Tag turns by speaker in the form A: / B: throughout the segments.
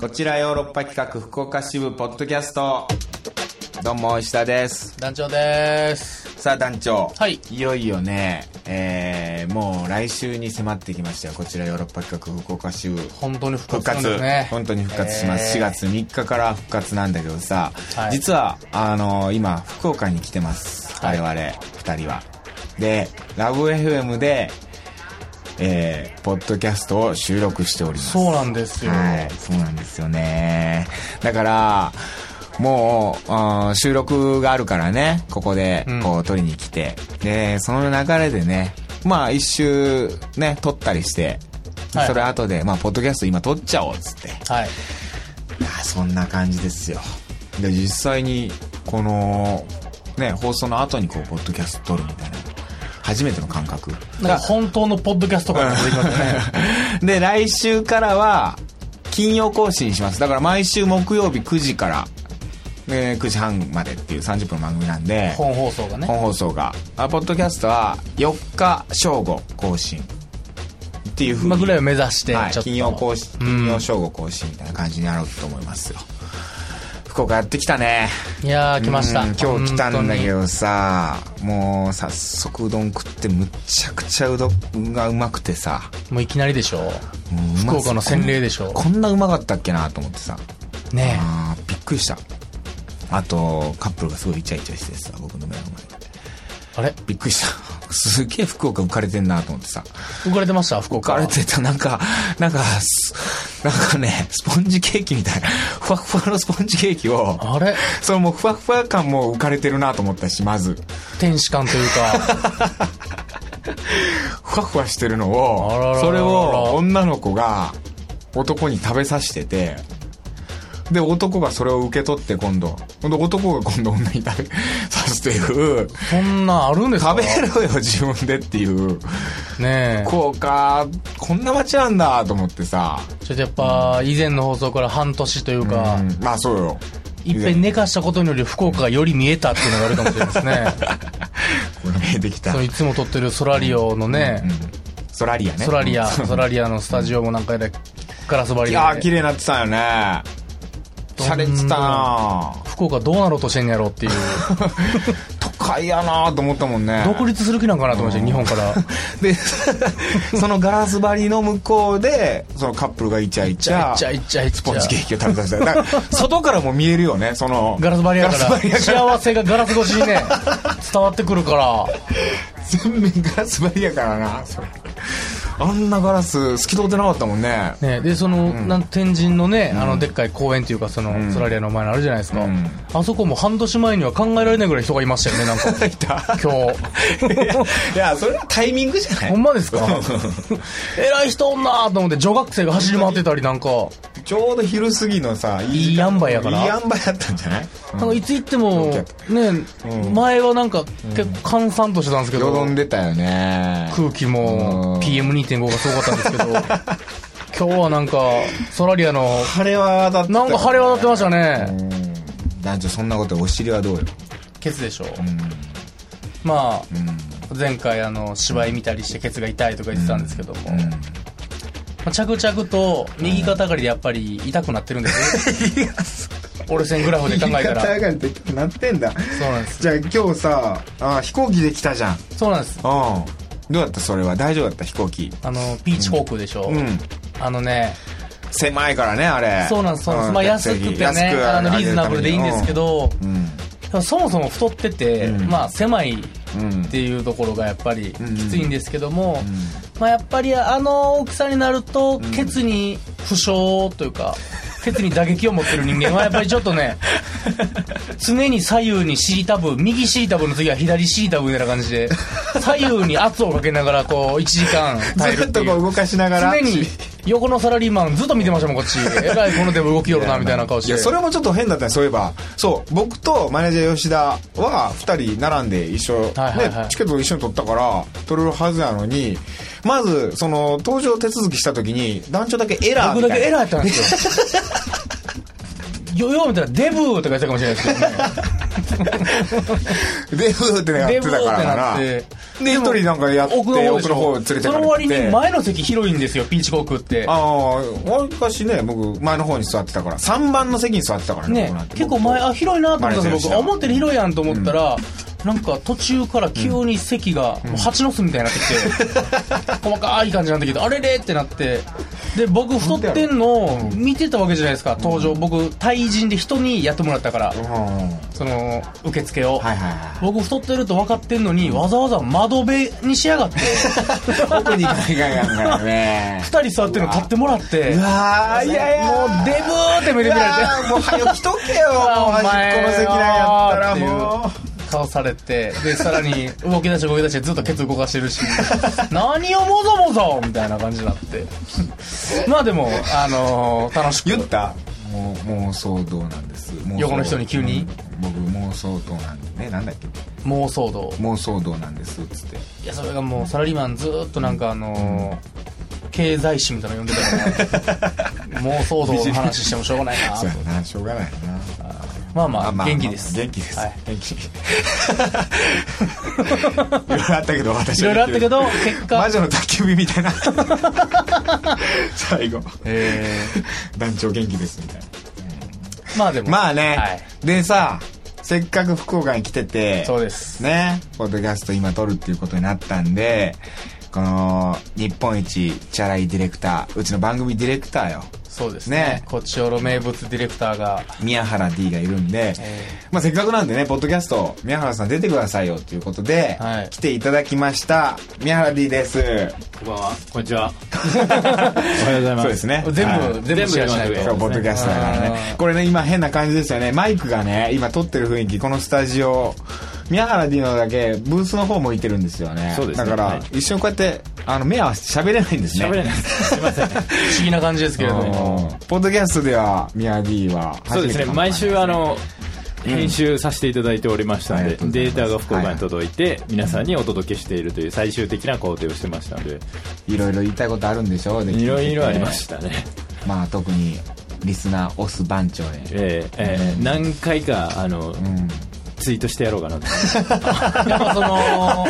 A: こちらヨーロッパ企画福岡支部ポッドキャストどうも石田です
B: 団長です
A: さあ団長
B: はい
A: いよいよねえー、もう来週に迫ってきましたよこちらヨーロッパ企画福岡支部
B: 本当に復
A: 復
B: 活
A: 活
B: するんですね
A: 本当に復活します、
B: えー
A: 4月3日から復活なんだけどさ、
B: はい
A: 実はあの今福岡に来てます
B: は
A: 我
B: い
A: 々2人はでラブ f m でえー、ポッドキャストを収録しております
B: そうなんですよ、
A: はい、そうなんですよね。だから、もう、うん収録があるからね、ここで
B: うん、
A: こう、撮りに来て、で、その流れでね、まあ、一周、ね、撮ったりして、
B: はい
A: それ後で、まあ、ポッドキャスト今撮っちゃおう、っつって。
B: はい
A: あそんな感じですよ。で、実際に、この、ね、放送の後に、こう、ポッドキャスト撮るみたいな、初めての感覚。
B: なんか本当のポッドキャストから出てきますね
A: で、来週からは、金曜更新します。だから毎週木曜日9時から、えー9時半までっていう30分の番組なんで、
B: 本放送がね
A: 本放送が。あ、ポッドキャストは4日正午更新っていう風
B: 今
A: に
B: ぐらいを目指して、
A: はい
B: ちょっと
A: 金曜更新、金曜正午更新みたいな感じになろうと思いますよ。福岡やってきたね。
B: いやー来ました
A: うん今日来たんだけ
B: 本
A: どさ、もう早速うどん食ってむっちゃくちゃうどんがうまくてさ。
B: 当にもういきなりでしょ
A: うん
B: 福岡の洗礼でしょ
A: こんなうまかったっけなと思ってさ
B: ね
A: あーびっくりしたあとカップルがすごいイチャイチャしてさ僕の目の前で
B: あれ
A: びっくりした すげえ福岡浮かれてんなと思ってさ
B: 浮かれてました福
A: 浮か
B: 岡
A: れてたなんかなんかすなんかねスポンジケーキみたいなふわふわのスポンジケーキを
B: あれ
A: そのもうふわふわ感も浮かれてるなと思ったしまず
B: 天使感とい うか
A: ふわふわしてるの
B: あららら
A: を
B: ら
A: それを女の子が男に食べさせててで男がそれを受け取って今度ほんで男が今度女に食べさすという
B: そんなんあるんですか
A: 食べろよ自分でっていう
B: ねえ
A: こうかこんな街なんだと思ってさ、
B: ちょっとやっぱ以前の放送から半年というか、
A: うんまあそうよ
B: いっぺん寝かしたことにより福岡がより見えたっていうのがあるかもしれないですね
A: これ見えてきた
B: そういつも撮ってるソラリオのね、
A: ソラリアね
B: ソラリア、
A: うん
B: ソラリアのスタジオもなんかやだガラス張り
A: い
B: で。
A: やー綺麗になってたよね
B: どんどん
A: 洒落てたなー
B: 福岡どうなろうとしてんやろ うっていう。
A: 都会やなーと思ったもんね
B: 独立する気なんかなと思いました、日本から。
A: で、 そのガラス張りの向こうで、そのカップルがイチャイチ
B: ち
A: ャ、
B: ゃいちゃいちゃい
A: ス
B: ち
A: ポンジケ
B: ゃ。
A: ーキを食べさせた。だから 外からも見えるよね、その。
B: ガラス張りやか
A: ガラス張り
B: ら、
A: やから
B: 幸せがガラス越し にね、伝わってくるから。
A: 全面ガラス張りやからな、それあんなガラス、透き通ってなかったもんね。
B: ね、で、その、なん天神のね、あの、でっかい公園というか、その、ソラリアの前のあるじゃないですか。
A: ん
B: あそこも半年前には考えられないぐらい人がいましたよね、なんか。
A: いた
B: 今
A: いや
B: 日。
A: いや、それはタイミングじゃない
B: ほんまですか 偉い人おんなーと思って、女学生が走り回ってたりなんか。
A: ちょうど昼過ぎのさ、い
B: いい塩梅やから
A: いい塩梅やったんじゃない
B: なんかいつ行っても、ね、
A: うん
B: 前はなんか結構閑散としてたんですけ
A: よど
B: ど、
A: んでたよね。
B: 空気
A: うん
B: も PM2.5 がすごかったんですけど、 今日はなんか、ソラリアの、
A: 晴れはだったよ
B: なん
A: ね。
B: か晴れ渡ってましたね。
A: うん男女そんなことお尻はどうよ。
B: ケツでしょ。
A: うん
B: まあ、前回あの、芝居見たりしてケツが痛いとか言ってたんですけども、 まあ着々と右肩上がりでやっぱり痛くなってるんですよ。折れ線グラフで考えたら。
A: 上がりできくなってんだ
B: そうなんです。
A: じゃあ今日さあ飛行機で来たじゃんうん
B: そうなんです。
A: どうだったそれは大丈夫だった飛行機
B: あの、ピーチ航空でしょ。
A: うん
B: あのね、
A: 狭いからねあれ
B: そうなんです、そうなんです。まあ安くて
A: 安
B: ね、
A: く
B: あのリーズナブルでいいんですけど、
A: うん
B: そもそも太ってて、
A: うん
B: まあ狭いっ
A: うん
B: ていうところがやっぱりき
A: ん
B: ついんですけども、まあやっぱりあの大きさになると、ケツに負傷というか、ケツに打撃を持ってる人 間はやっぱりちょっとね、常に左右にシータブ、右シータブの次は左シータブみたいな感じで、左右に圧をかけながらこう1時間耐える
A: ず
B: っ
A: って
B: い
A: とこ
B: う。
A: う動かしながら
B: 常に横のサラリーマンずっと見てましたもんこ っちえらいこのでも動きよるなみたいな顔して
A: いやそれもちょっと変だったねそういえばそう僕とマネージャー吉田は2人並んで一緒、
B: はいはいはい
A: ねチケットを一緒に取ったから取れるはずなのにまずその搭乗手続きした時に団長だけエラーみ
B: 僕
A: たいな
B: だ けエラーやったんですよよよう見たらデブーとか言ってたかもしれないですけどね
A: でふーってねやってたからかな
B: デブ
A: で
B: ーってなっ
A: 一
B: て
A: 人なんかやって奥の
B: でしょ
A: 方連れてかれ
B: そ
A: て
B: の割に前の席広いんですよピンチコークって
A: ああわりかしね僕前の方に座ってたから3番の席に座ってたからね
B: ね
A: 僕なんて
B: 結構前あ広いなと思ったんですよ
A: 前の
B: 僕あ
A: 選手だ
B: 思ってる広いやんと思ったら、なんか途中から急に席がもう蜂の巣みたいになってきて、 細かい感じになってきてあれれってなってで僕太ってんの見てたわけじゃないですか登場僕対人で人にやってもらったから
A: うんはい
B: その受付を、
A: はいは
B: 僕太ってると分かってんのにわざわざ窓辺にしや がって
A: い奥に行かないかんやんから ね
B: 二人座ってるの買ってもらって
A: うわーいやいや
B: もうデブーって目で見られて
A: もう早く来とけよ
B: あ
A: もう
B: お前
A: 端っこの席なんやったらもう
B: っていう顔されてでさらに動き出して動き出してずっとケツ動かしてるし何をもぞもぞみたいな感じになって まあでもあのー楽しく
A: 言ったもう妄想道なんです妄想
B: 横の人に急に
A: うん僕妄想道なんでねなんだっけ
B: 妄想道
A: 妄想道なんですっつって
B: いやそれがもうサラリーマンずーっとなんかあのー経済誌みたいなの読んでた から妄想道の話してもしょうがないな
A: そうやなしょうがないな
B: まあまあ元気です
A: 元気です、
B: はい
A: 元気い ろいろあったけど私
B: いろいろあっ たけど結果
A: 魔女の宅急便みたいな 最後
B: え
A: 団長元気ですみたいな
B: ーまあでも
A: まあね、
B: はい
A: でさせっかく福岡に来てて
B: そうです
A: ねポッドキャスト今撮るっていうことになったんでこの日本一チャラいディレクターうちの番組ディレクターよ
B: そうです
A: ね
B: ねこっちおろ名物ディレクターが
A: 宮原 D がいるんで、
B: え
A: まあ、せっかくなんでねポッドキャスト宮原さん出てくださいよということで、
B: はい
A: 来ていただきました宮原 D です
C: こんばんは。こんにちは。おはようございます。
A: そうですね
B: 全部、
A: はい
B: 全部シェアしないと
C: 全部
A: そうポッドキャストだから
B: あ
A: ね
B: ー
A: これね今変な感じですよねマイクがね今撮ってる雰囲気このスタジオ宮原 D のだけブースの方向いてるんですよね
C: そうですね
A: だから、
C: はい
A: 一瞬こうやってあの目合わせて喋れないんですね
C: 喋れないです。すいません。
B: 不思議な感じですけれども
A: うんポッドキャストでは宮 D は初めて
C: そうですね。
A: かも
C: 毎週あの、編集させていただいておりましたの
A: あり
C: で、
A: がとうござい
C: デ
A: ま
C: ー
A: す
C: タが福岡に届いて、皆さんにお届けしているという最終的な工程をしてましたので、
A: いろいろ言いたいことあるんでしょうで
C: いろいろありましたね。
A: まあ特にリスナーオス番長へ
C: えーえー何回か、あの、ツイートしてやろうかなと。
B: やっぱその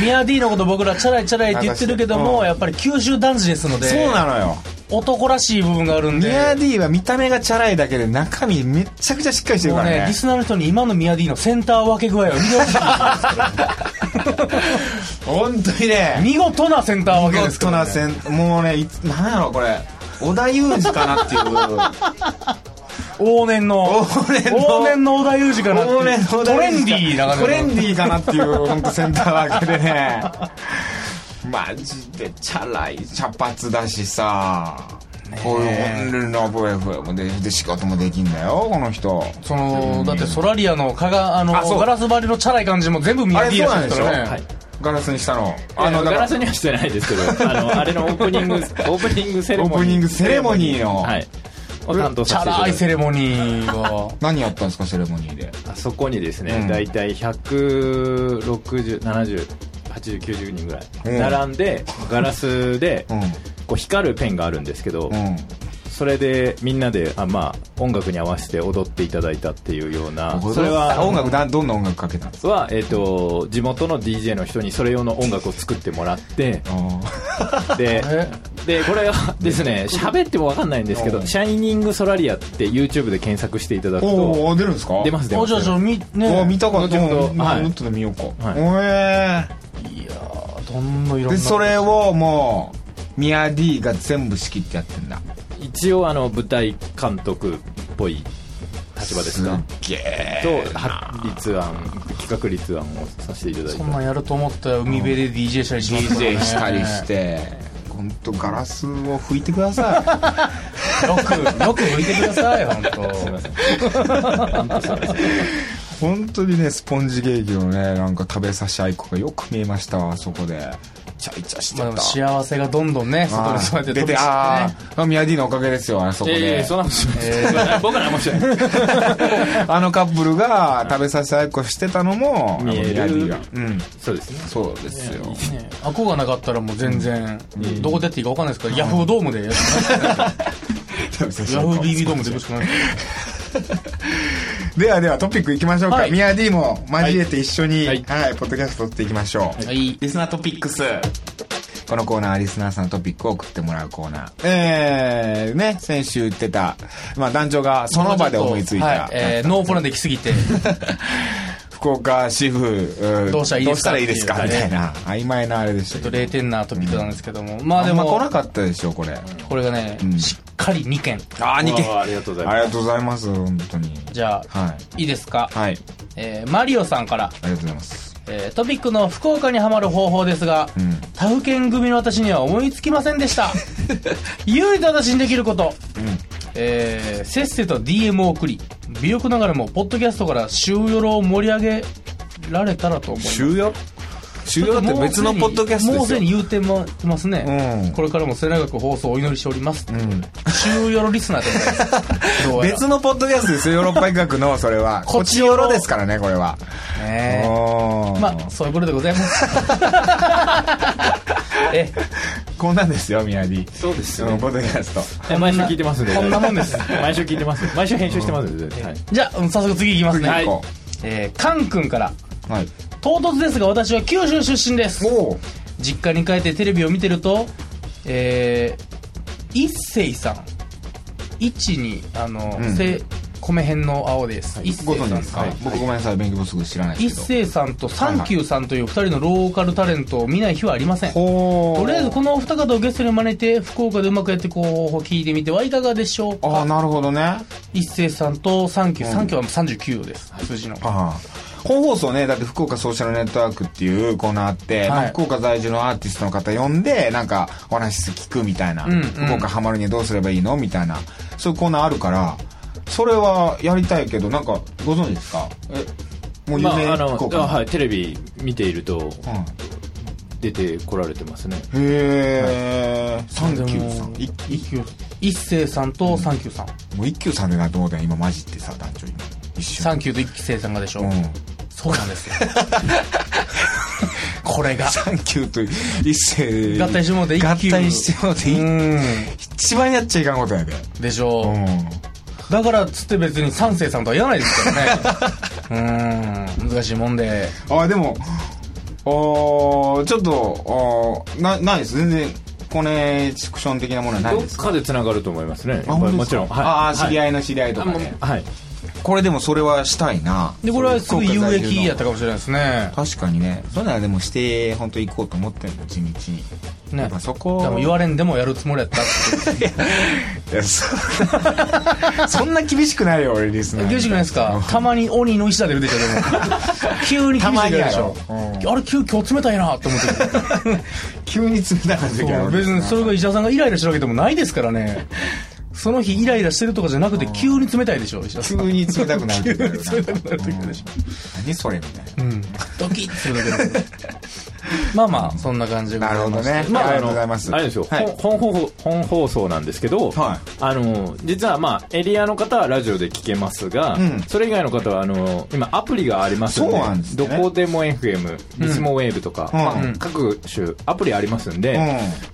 B: ミヤ D のこと僕らチャラいチャラいって言ってるけども、
A: うん
B: やっぱり九州男児ですので
A: そうなのよ
B: 男らしい部分があるんで
A: ミヤ D は見た目がチャラいだけで中身めっちゃくちゃしっかりしてる
B: も
A: か
B: う
A: ら
B: ね
A: ね
B: リスナーの人に今のミヤ D のセンター分け具合を見てほし い
A: 本当にね
B: 見事なセンター分
A: 見
B: けです
A: 事
B: から
A: な
B: ね
A: せんもうねいつなんやろこれ織田裕二かなっていう
B: 往年の
A: 往年の
B: 往年の小田裕二かなっていう
A: 往年の織田
B: ト
A: 裕二か
B: レンディーな感じ
A: トレンディーかなっていう本当センター分けでねマジでチャラい茶髪だしさこういうオンラインブ FM でで仕事もできんだよこの人
B: そのだってソラリアのかがあの
A: あそう
B: ガラス張りのチャラい感じも全部ミ
A: あれ
B: ヤ D
A: そう
B: らし
A: ないん
B: で
A: ですしょ、
B: からね
C: はい
A: ガラスにしたの
C: あ
A: あの
C: の、ガ
A: だか
C: ラ
A: ら
C: スにはしてないですけど、あの、あれのオープニング、オープニングセレモニー。
A: オープニングセレモニーの
C: はい。を担当
B: チ
C: させ
B: ャ
C: ていた
B: ラ
C: だい
B: い
C: て
B: セレモニーが
A: 何やったんですかセレモニーで
C: あそこにですね、
A: うん
C: 大体160708090人ぐらい
A: うん
C: 並んで、ガラスで、
A: うん
C: こう光るペンがあるんですけど、
A: うん
C: それでみんなであ、まあ、音楽に合わせて踊っていただいたっていうようなそれは
A: 音楽だどんな音楽かけたんです
C: は、えっと地元の DJ の人にそれ用の音楽を作っても らって
A: か
C: で
B: え
C: でこれはで すね喋っても分かんないんですけ
A: う
C: ど「
A: ん
C: シャイニングソラリア」って YouTube で検索していただくと
A: おお出るんですか
C: 出ます出
B: お
C: ます
B: じゃあじゃあみ
A: お見
B: ね
A: たかった
C: 後ほど
A: うん
C: はい
A: もっとで見ようか
C: はい
A: おえ
B: いやーどんどんいろん
A: で
B: な
A: それをもうミヤ D が全部仕切ってやってんだ
C: 一応あの舞台監督っぽい立場です
A: すっ
C: が
A: げえ
C: とは立案企画立案をさせていただい
B: そ
C: て
B: んなんやると思ったら海辺で DJ したりしますからね
A: DJ したりして本当ガラスを拭いてくだ さ
B: よくよく向いてください本 当
C: すいません
A: い本当にねスポンジケーキをねなんか食べさせ合いっ子がよく見えましたわあそこでチャイチャして
B: まあでも
A: た
B: 幸せがどんどんね外にそうやって
A: 出
B: 飛び
A: て
B: 散
A: あ
B: ってね
A: ーあミヤ D のおかげですよあそこ
C: いやいや
A: で
C: そんなことしないです僕らもしない
A: あのカップルが食べさせ合いっこしてたのも
C: 見える
A: ミヤ D がうん
C: そうですね
A: そうですよ
B: ねあこがなかったらもう全然どこ出ていいか分かんないですからヤフードームでヤフー BB ドームでよろしくないです
A: ではではトピックいきましょうか、
B: はい
A: ミヤ D も交えて一緒に、は
C: はいい
A: ポッドキャスト撮っていきましょう、
B: はい
A: リスナートピックスこのコーナーはリスナーさんのトピックを送ってもらうコーナーえー、ね先週言ってた、まあ、団長がその場で思いついた、
B: はいえーノープランで来すぎて
A: 福岡支部うん
B: どうしたらいいで
A: いいです
B: すか
A: か
B: っ
A: み
B: ていう
A: たいな曖昧なあれでしたけど
B: 0点なトピックなんですけども、まあ
A: あ
B: で
A: でも
B: も
A: 来なかったでしょこれ
B: これがね、
A: ん
B: しっかり2件
A: ああ2件
C: わあありがとうございます
A: ありがとうございます本当に
B: じゃあ、、
A: はい
B: いですか、
A: はいあり
B: えーマリオさんから、
A: がとうございます
B: えートピックの福岡にはまる方法ですが、
A: ん
B: 他府県組の私には思いつきません でした唯一私にできること、えーせっせと DM を送り微力ながらもポッドキャストから週よろを盛り上げられたらと思います
A: 終了終了って別のポッドキャスト
B: もう
A: です
B: す
A: よ
B: でに言うてますね、
A: うん
B: これからも末永く放送をお祈りしております、
A: ん
B: 週よろリスナーでございますどうやら
A: 別のポッドキャストですよヨーロッパ医学のそれはこ
B: こ
A: っ
B: っ
A: ち
B: ち
A: よ
B: よろ
A: ろですからねこれは
B: ねえ
A: おー
B: まあそういうことでございます え
A: こんなんですよ宮城
C: そうです
A: そのポッドキャスト
B: え
C: 毎週聞いてますんで
B: こんなもんです
C: 毎週聞いてます毎週編集してますんで、はい、
B: じゃあうん早速次いきますね、
A: 次行こ
B: えー、カン君から
A: うはい
B: 唐突ですが私は九州出身です
A: おお
B: 実家に帰ってテレビを見てるとえー、一星さん一にあの、
A: ん
B: せ米編の青です、一
A: ご存
B: 星
A: 知
B: さん
A: ですか
B: はい
A: 僕ごめんなさい勉強不足知らないで
B: 一
A: すけど
B: 星さんとサンキューさんという二人のローカルタレントを見ない日はありません
A: ほー
B: とりあえずこのお二方をゲストに招いて福岡でうまくやっていく方法を聞いてみてはいかがでしょう
A: ああ
B: か
A: なるほどね
B: 一星さんとサンキュー、サンキューは39です、数字の
A: ああ本放送ねだって福岡ソーシャルネットワークっていうコーナーあって、
B: い
A: まあ福岡在住のアーティストの方呼んでなんかお話聞くみたいな、
B: んうん
A: 福岡ハマるにはどうすればいいのみたいなそういうコーナーあるからそれはやりたいけどなんかご存知ですかえもう有
C: まあ、あ
A: 名
C: の
A: 福岡
C: あ
A: の、
C: はいテレビ見ていると
A: う
C: 出てこられてますね
A: ん、へえ、サンキューさん
B: でも
A: いい
B: 一星さんとサンキューさん、
A: もう一休さんでなと思ったよ今マジってさ団長今一
B: サ
A: 瞬
B: ンキューと一星さんがでしょ、
A: うん
B: そうなん ですよこれが
A: サンキューと一世
B: 合体してもうて一
A: 合
B: 休
A: 体してもうて
B: う
A: 一
B: ーん
A: 一番やっちゃいかんことやで
B: でしょう、
A: うん
B: だからっつって別に三世さんとは言わないですから ねうーん難しいもんで
A: あでもあーちょっとあーなないです全然コネクション的なものはない
C: ど
A: で
C: っ
A: す
C: かでつながると思いますね
A: あ本当で
C: も
A: す
C: ち
A: か
C: ろん、
A: ああ知り
C: い
A: 合いの知り合いとかね、
C: はい
A: これでもそれはしたいな
B: でこれはすごい有益やったたかもしれないですね
A: 確かにねそういうのはでもして本当行こうと思ってんの地道に、
B: ね
A: やっぱそこ
B: 多分言われんでもやるつもりやったって
A: いやそ そんな厳しくないよ俺リスナー
B: 厳しくないですかたまに鬼の石田出るでしょでも 急に厳しく出るでした
A: ま
B: ょ
A: にやろ
B: あれ急今日冷たいなって思ってる
A: 急に冷たくなってきた
B: そう別にそれが石田さんがイライラしてるわけでもないですからねその日イライラしてるとかじゃなくて急に冷たいでしょ石田さ
A: 急
B: ん
A: に冷たくなる時あるよ
B: 急に冷たくなる時あるでしょ
A: うん何それみたいな
B: うんドキッするだけだ まあまあそんな感じでございまして
A: なるほどね
B: まあ
A: あ
B: あ
A: りが
B: の
A: とうございます
C: あれですよ、
A: はい
C: 本本放本放送なんですけど、
A: はい
C: あの実はまあエリアの方はラジオで聞けますが、
A: ん
C: それ以外の方はあの今アプリがありますんで
A: そうなんですね
C: どこでも FM リスモウェーブとか、
A: うん
C: まあ
A: うん
C: 各種アプリありますんで、
A: うん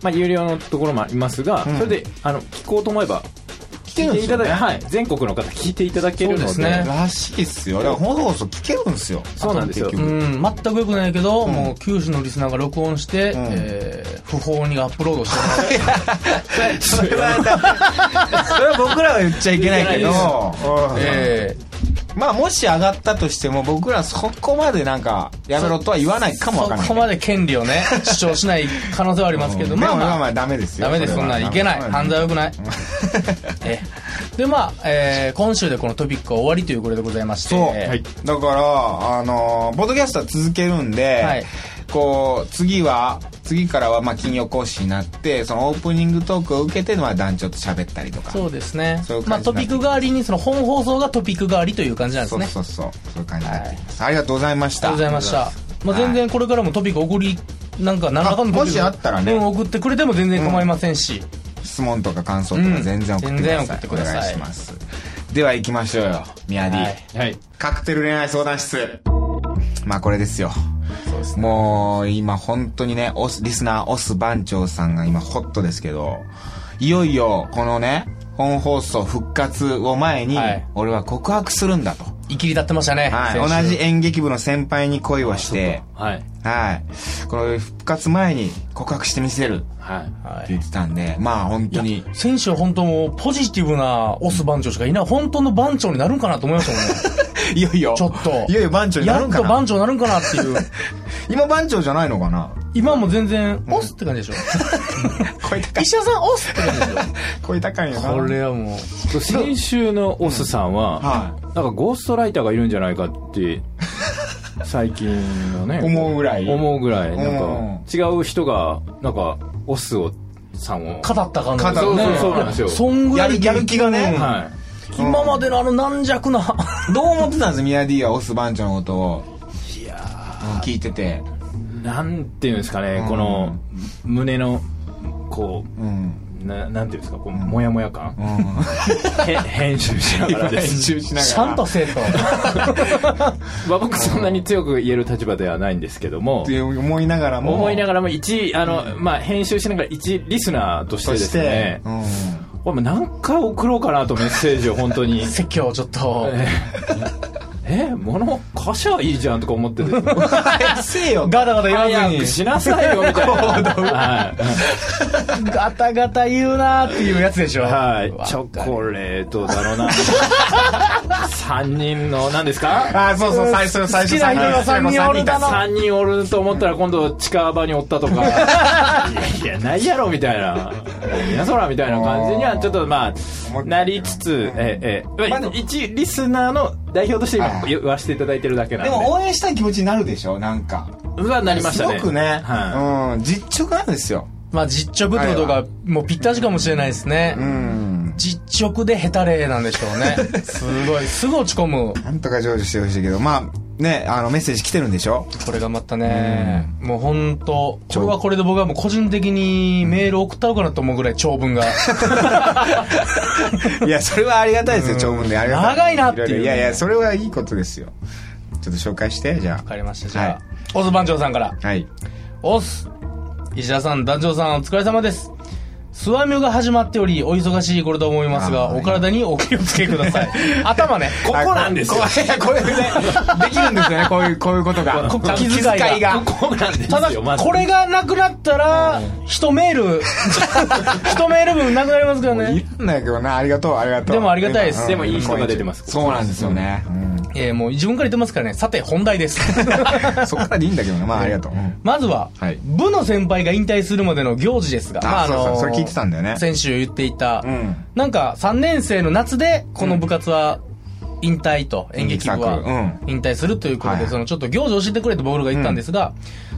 C: まあ、有料のところもありますが、
A: ん
C: それであの聞こうと思えば
A: 来
C: 聞いていただ、
A: ね
C: はい、全国の方聞いていただけるので
B: そうですね
A: らしいっすよだから本放送聞けるんすよ
C: そうなんですよ
A: 結
B: う
A: 局
B: ん全く良くないけど、もう九州のリスナーが録音して、
A: ん
B: えー不法にアップロードしてもら う
A: それはダメそれは僕らは言っちゃいけないけどうん
B: え
A: まあもし上がったとしても僕らそこまでなんかやめろとは言わないか
B: ー
A: もわかんない
B: そこまで権利をね主張しない可能性はありますけど、
A: うん
B: まあ
A: でもま
B: ま
A: あ
B: あ
A: まあダメですよ
B: ダメです
A: そ
B: そ
A: れ
B: ん
A: は
B: なんいけない
A: うん
B: 犯罪は良くない ええでまあ、えー今週でこのトピックは終わりということでございまして
A: そう、
C: はい
A: だからあのーポッドキャストは続けるんで、
B: はい
A: こう次は次からはまあ金曜講師になってそのオープニングトークを受けてまあ団長と喋ったりとか
B: そうですね
A: そういう
B: ま
A: 感
B: あ
A: じ
B: ト
A: にな
B: ピ
A: って
B: ック代わりにその本放送がトピック代わりという感じなんです
A: そう
B: ね
A: そうそうそういう感じになってきます、ありがとうございまし
B: あ
A: た
B: りがとうございました。まあ、全然これからもトピック送り、なんか何らかのトピック
A: あもしあったらね
B: うん送ってくれても全然構いませんし。
A: 質問とか感想とか全然送ってください,、
B: うん全然送ってください
A: お願いしますでは行きましょうよ宮城、
B: はい
C: はい
A: カクテル恋愛相談室まあこれですよ
B: そうですね。
A: もう今本当にね、オス、リスナーオス番長さんが今ホットですけど、いよいよこのね、本放送復活を前に
B: はい、
A: 俺は告白するんだと。
B: いきり立ってましたね。
A: はい。同じ演劇部の先輩に恋をして、
C: はい
A: はい。この復活前に告白してみせるって
C: はい
B: は
A: 言
B: い
A: ってたんで、まあ本当に。
B: 選手は本当もうポジティブなオス番長しかいない。本当の番長になるんかなと思いましたもんね。
A: いよいよ。
B: ちょっと。
A: いよいよ番長になるんか
B: やっと
A: な。
B: 番長になるんかなっていう。
A: 今番長じゃないのかな
B: 今も全然、オスって感じでしょ。
A: 声高い
B: 石。田さん、オスって感じでし
A: 声高いよな。
B: ょ。これはもう。
C: 先週のオスさんは
A: は、
C: なんかゴーストライターがいるんじゃないか って、最近のね、
A: 思うぐらい
C: 思うぐらい、なん
A: うん
C: か、違う人が、なんか、オスを、さんを、
B: 語った感じです
A: 語る
B: よね。
A: そうそう
C: そうなんですよ
B: そんぐら
A: や
B: い
A: るやる気がね。
C: は
B: 今までのあの軟弱な。
A: どう思ってたんですミヤディはオス番長のことを。うん聞いてて。
C: い。なんていうんですかね
A: う、ん
C: この、胸の、こ
A: うん。
C: う、ななんていうんですか、こう、もやもや感
A: う、ん。
C: へ編集しながらで
A: 練
C: す。
A: 習しながら。
B: ちゃんとせえと。
C: まあ僕そんなに強く言える立場ではないんですけども
A: っ、て思いながらも。
C: 思いながらも、一、あの、まあ、編集しながら一リスナーとして
A: そ
C: で
A: し
C: す
A: て
C: ね、、これもう何回送ろうかなとメッセージを本当 に
B: 説教をちょっと。
C: え物貸しゃいいじゃんとか思ってて
A: うん。せえよ
B: ガタガタ言わ
C: 早く
B: ず
C: しなさいよみたいなはい
B: に。ガタガタ言うなっていうやつでしょ。
C: はい
B: わ
C: チョコレートだろうな3人の何ですか
A: あ、そうそう、最初、最初、
B: 好きな人が三人おるだろ
C: 3人おると思ったら今度近場におったとかいやいやないやろみたいな何やそらみたいな感じにはちょっとまあなりつつえええ
A: まあでも
C: 一リスナーの代表として今言わせていただいてるだけなん
A: で
C: で
A: も応援したい気持ちになるでしょなんか。
C: はなりまし
A: す
C: た
A: ご
C: ね。
A: くね、
C: は
A: うん、実直なんですよ。
B: まあ実直ってことがもうぴったしかもしれないですね。
A: うん。
B: 実直でヘタレなんでしょうね。すごい。すぐ落ち込む。
A: なんとか成就してほしいけど、まあ、ね、あの、メッセージ来てるんでし ょ
B: これがまたね、もうほんと、これはこれで僕はもう個人的にメール送ったのかなと思うぐらい 長文が。
A: いや、それはありがたいですよ、長文で。ありがた
B: 長いなっていう
A: ろろいやいや、それはいいことですよ。ちょっと紹介して、じゃ
B: わかりました。じゃあ、
A: はい
B: オス番長さんから。
A: あ。はい。
B: オス石田さん、団長さん、お疲れ様です。スワミュが始まっており、お忙しい頃と思いますが、
A: あー
B: お体にお気をつけください。 頭ね。
C: ここなんですよ
A: あこいや、こういうね、できるんですよね、こう いう、こういうことが。
B: こ
A: 気
B: 気
A: 遣
B: 遣
A: い
B: い
A: が
B: が。
C: ここなんで
B: ただ
C: すよ、ま、ず。
B: これがなくなったら、一メー ル、一メール分なくなりますから
A: い
B: ね。
A: らんないけどな、ありがとう、ありがとう。
B: でもありがたいです
A: うん
C: でもいい人が出てます
A: そうなんですよね。
B: えー、もう自分から言ってますからね。さて、本題です。
A: うんそこからでいいんだけどね、まあありがとう。うん
B: まずは、
A: はい
B: 部の先輩が引退するまでの行事ですが、
A: あそうそうそれ聞いてたんだよね
B: 先週言っていた、
A: ん
B: なんか3年生の夏で、この部活は引退と、演劇部
A: 演劇サー
B: は
A: ク
B: 引退するということで、
A: はい
B: そのちょっと行事を教えてくれと僕らが言ったんですが、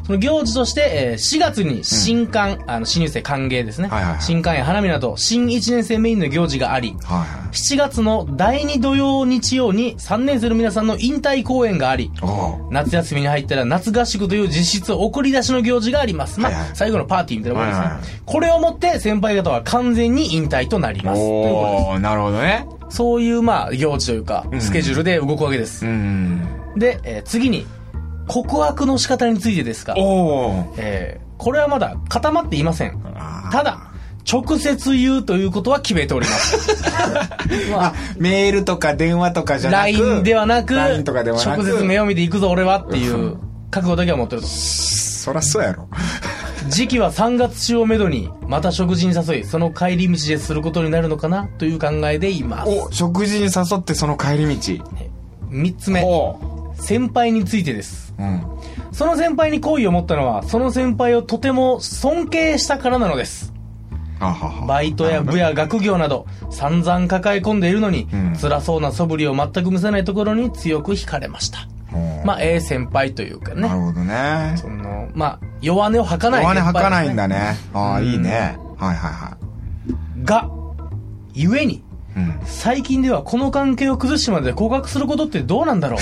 B: その行事として、えー4月に新刊、あの、新入生歓迎ですね。
A: はいはいはい
B: 新刊や花見など、新1年生メインの行事があり、
A: はいはい。
B: 7月の第2土曜日曜に3年生の皆さんの引退公演があり、
A: おう
B: 夏休みに入ったら夏合宿という実質送り出しの行事があります。まあ、
A: はいはい
B: 最後のパーティーみたいなものですね。
A: はいはい
B: これをもって先輩方は完全に引退となります。ということ
A: おーなるほどね。
B: ですそういう、まあ、行事というか、
A: ん
B: スケジュールで動くわけです。
A: うん。
B: で、えー次に、告白の仕方についてですが、
A: おー
B: えーこれはまだ固まっていません。
A: あー
B: ただ、直接言うということは決めております。
A: あ、メールとか電話と かじゃなく
B: LINE ではなく、
A: LINE とかではなく。
B: 直接目を見ていくぞ俺はっていう覚悟だけは持ってると。
A: そらそうやろ。
B: 時期は3月中をめどに、また食事に誘い、その帰り道ですることになるのかなという考えでいます。
A: お、食事に誘ってその帰り道。
B: 3つ目、
A: おう
B: 先輩についてです。
A: うん。
B: その先輩に好意を持ったのは、その先輩をとても尊敬したからなのです。
A: あはは。
B: バイトや部や学業など、散々抱え込んでいるのに、
A: ん
B: 辛そうな素振りを全く見せないところに強く惹かれました。
A: うん
B: まあ、ええ先輩というか
A: なるほ
B: ね。
A: どね。
B: その、まあ、弱音を吐かない
A: お
B: 先輩
A: 金
B: で
A: 吐
B: すね、
A: かないんだね。ああ、いいね。はいはいは
B: が、ゆえに、
A: い。うん。
B: 最近ではこの関係を崩してまで告白することってどうなんだろ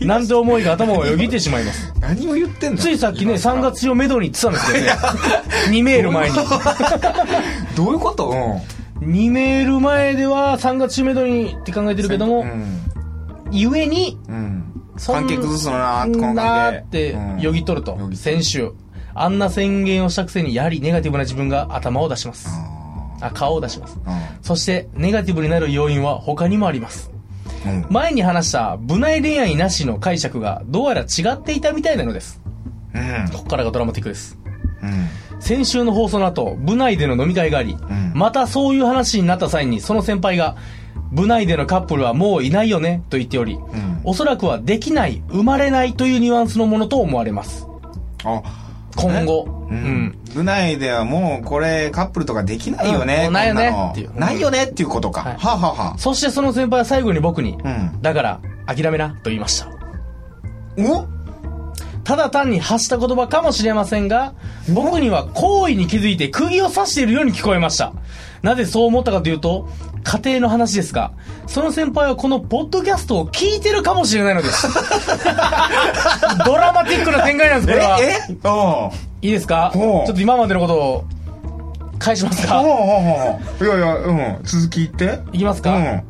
B: うなんて思いが頭をよぎってしまい ます。
A: 何を言ってんの
B: ついさっきね、3月中をめどに言ってたんですけどね。2メール前に。
A: どういうことうん。
B: 2メール前では3月中めどにって考えてるけども
A: う、ん。
B: ゆえに、
A: うん。
B: そん
A: 関係崩すのな、この
B: な
A: 関
B: ーっ
A: 係。
B: てよぎとると
A: うんよ、ぎとる
B: 先週。あんな宣言をしたくせに、やはりネガティブな自分が頭を出します。
A: あ
B: あ顔を出します、
A: ん
B: そしてネガティブになる要因は他にもあります前に話した部内恋愛なしの解釈がどうやら違っていたみたいなのですここからがドラマティックです先週の放送の後部内での飲み会があり、
A: ん
B: またそういう話になった際にその先輩が部内でのカップルはもういないよねと言っており、
A: ん
B: おそらくはできない生まれないというニュアンスのものと思われます今後う
A: うんん、部内ではもうこれカップルとかできないよね、
B: うんないよね
A: こんの
B: っていう
A: ないよねっていうことか、
B: は
A: はいはあ、は
B: そしてその先輩は最後に僕に、
A: ん
B: だから諦めなと言いました
A: あ、お
B: ただ単に発した言葉かもしれませんが、僕には行為に気づいて釘を刺しているように聞こえました。なぜそう思ったかというと、家庭の話ですが、その先輩はこのポッドキャストを聞いてるかもしれないの です。ドラマティックな展開なんです、これは。い
A: ええおう
B: いですかち
A: ほ
B: ょ
A: う
B: っと今までのことを返します
A: ほうほ
B: か
A: うほういやいや、うん、続き言って
B: いきます
A: う
B: か、
A: ん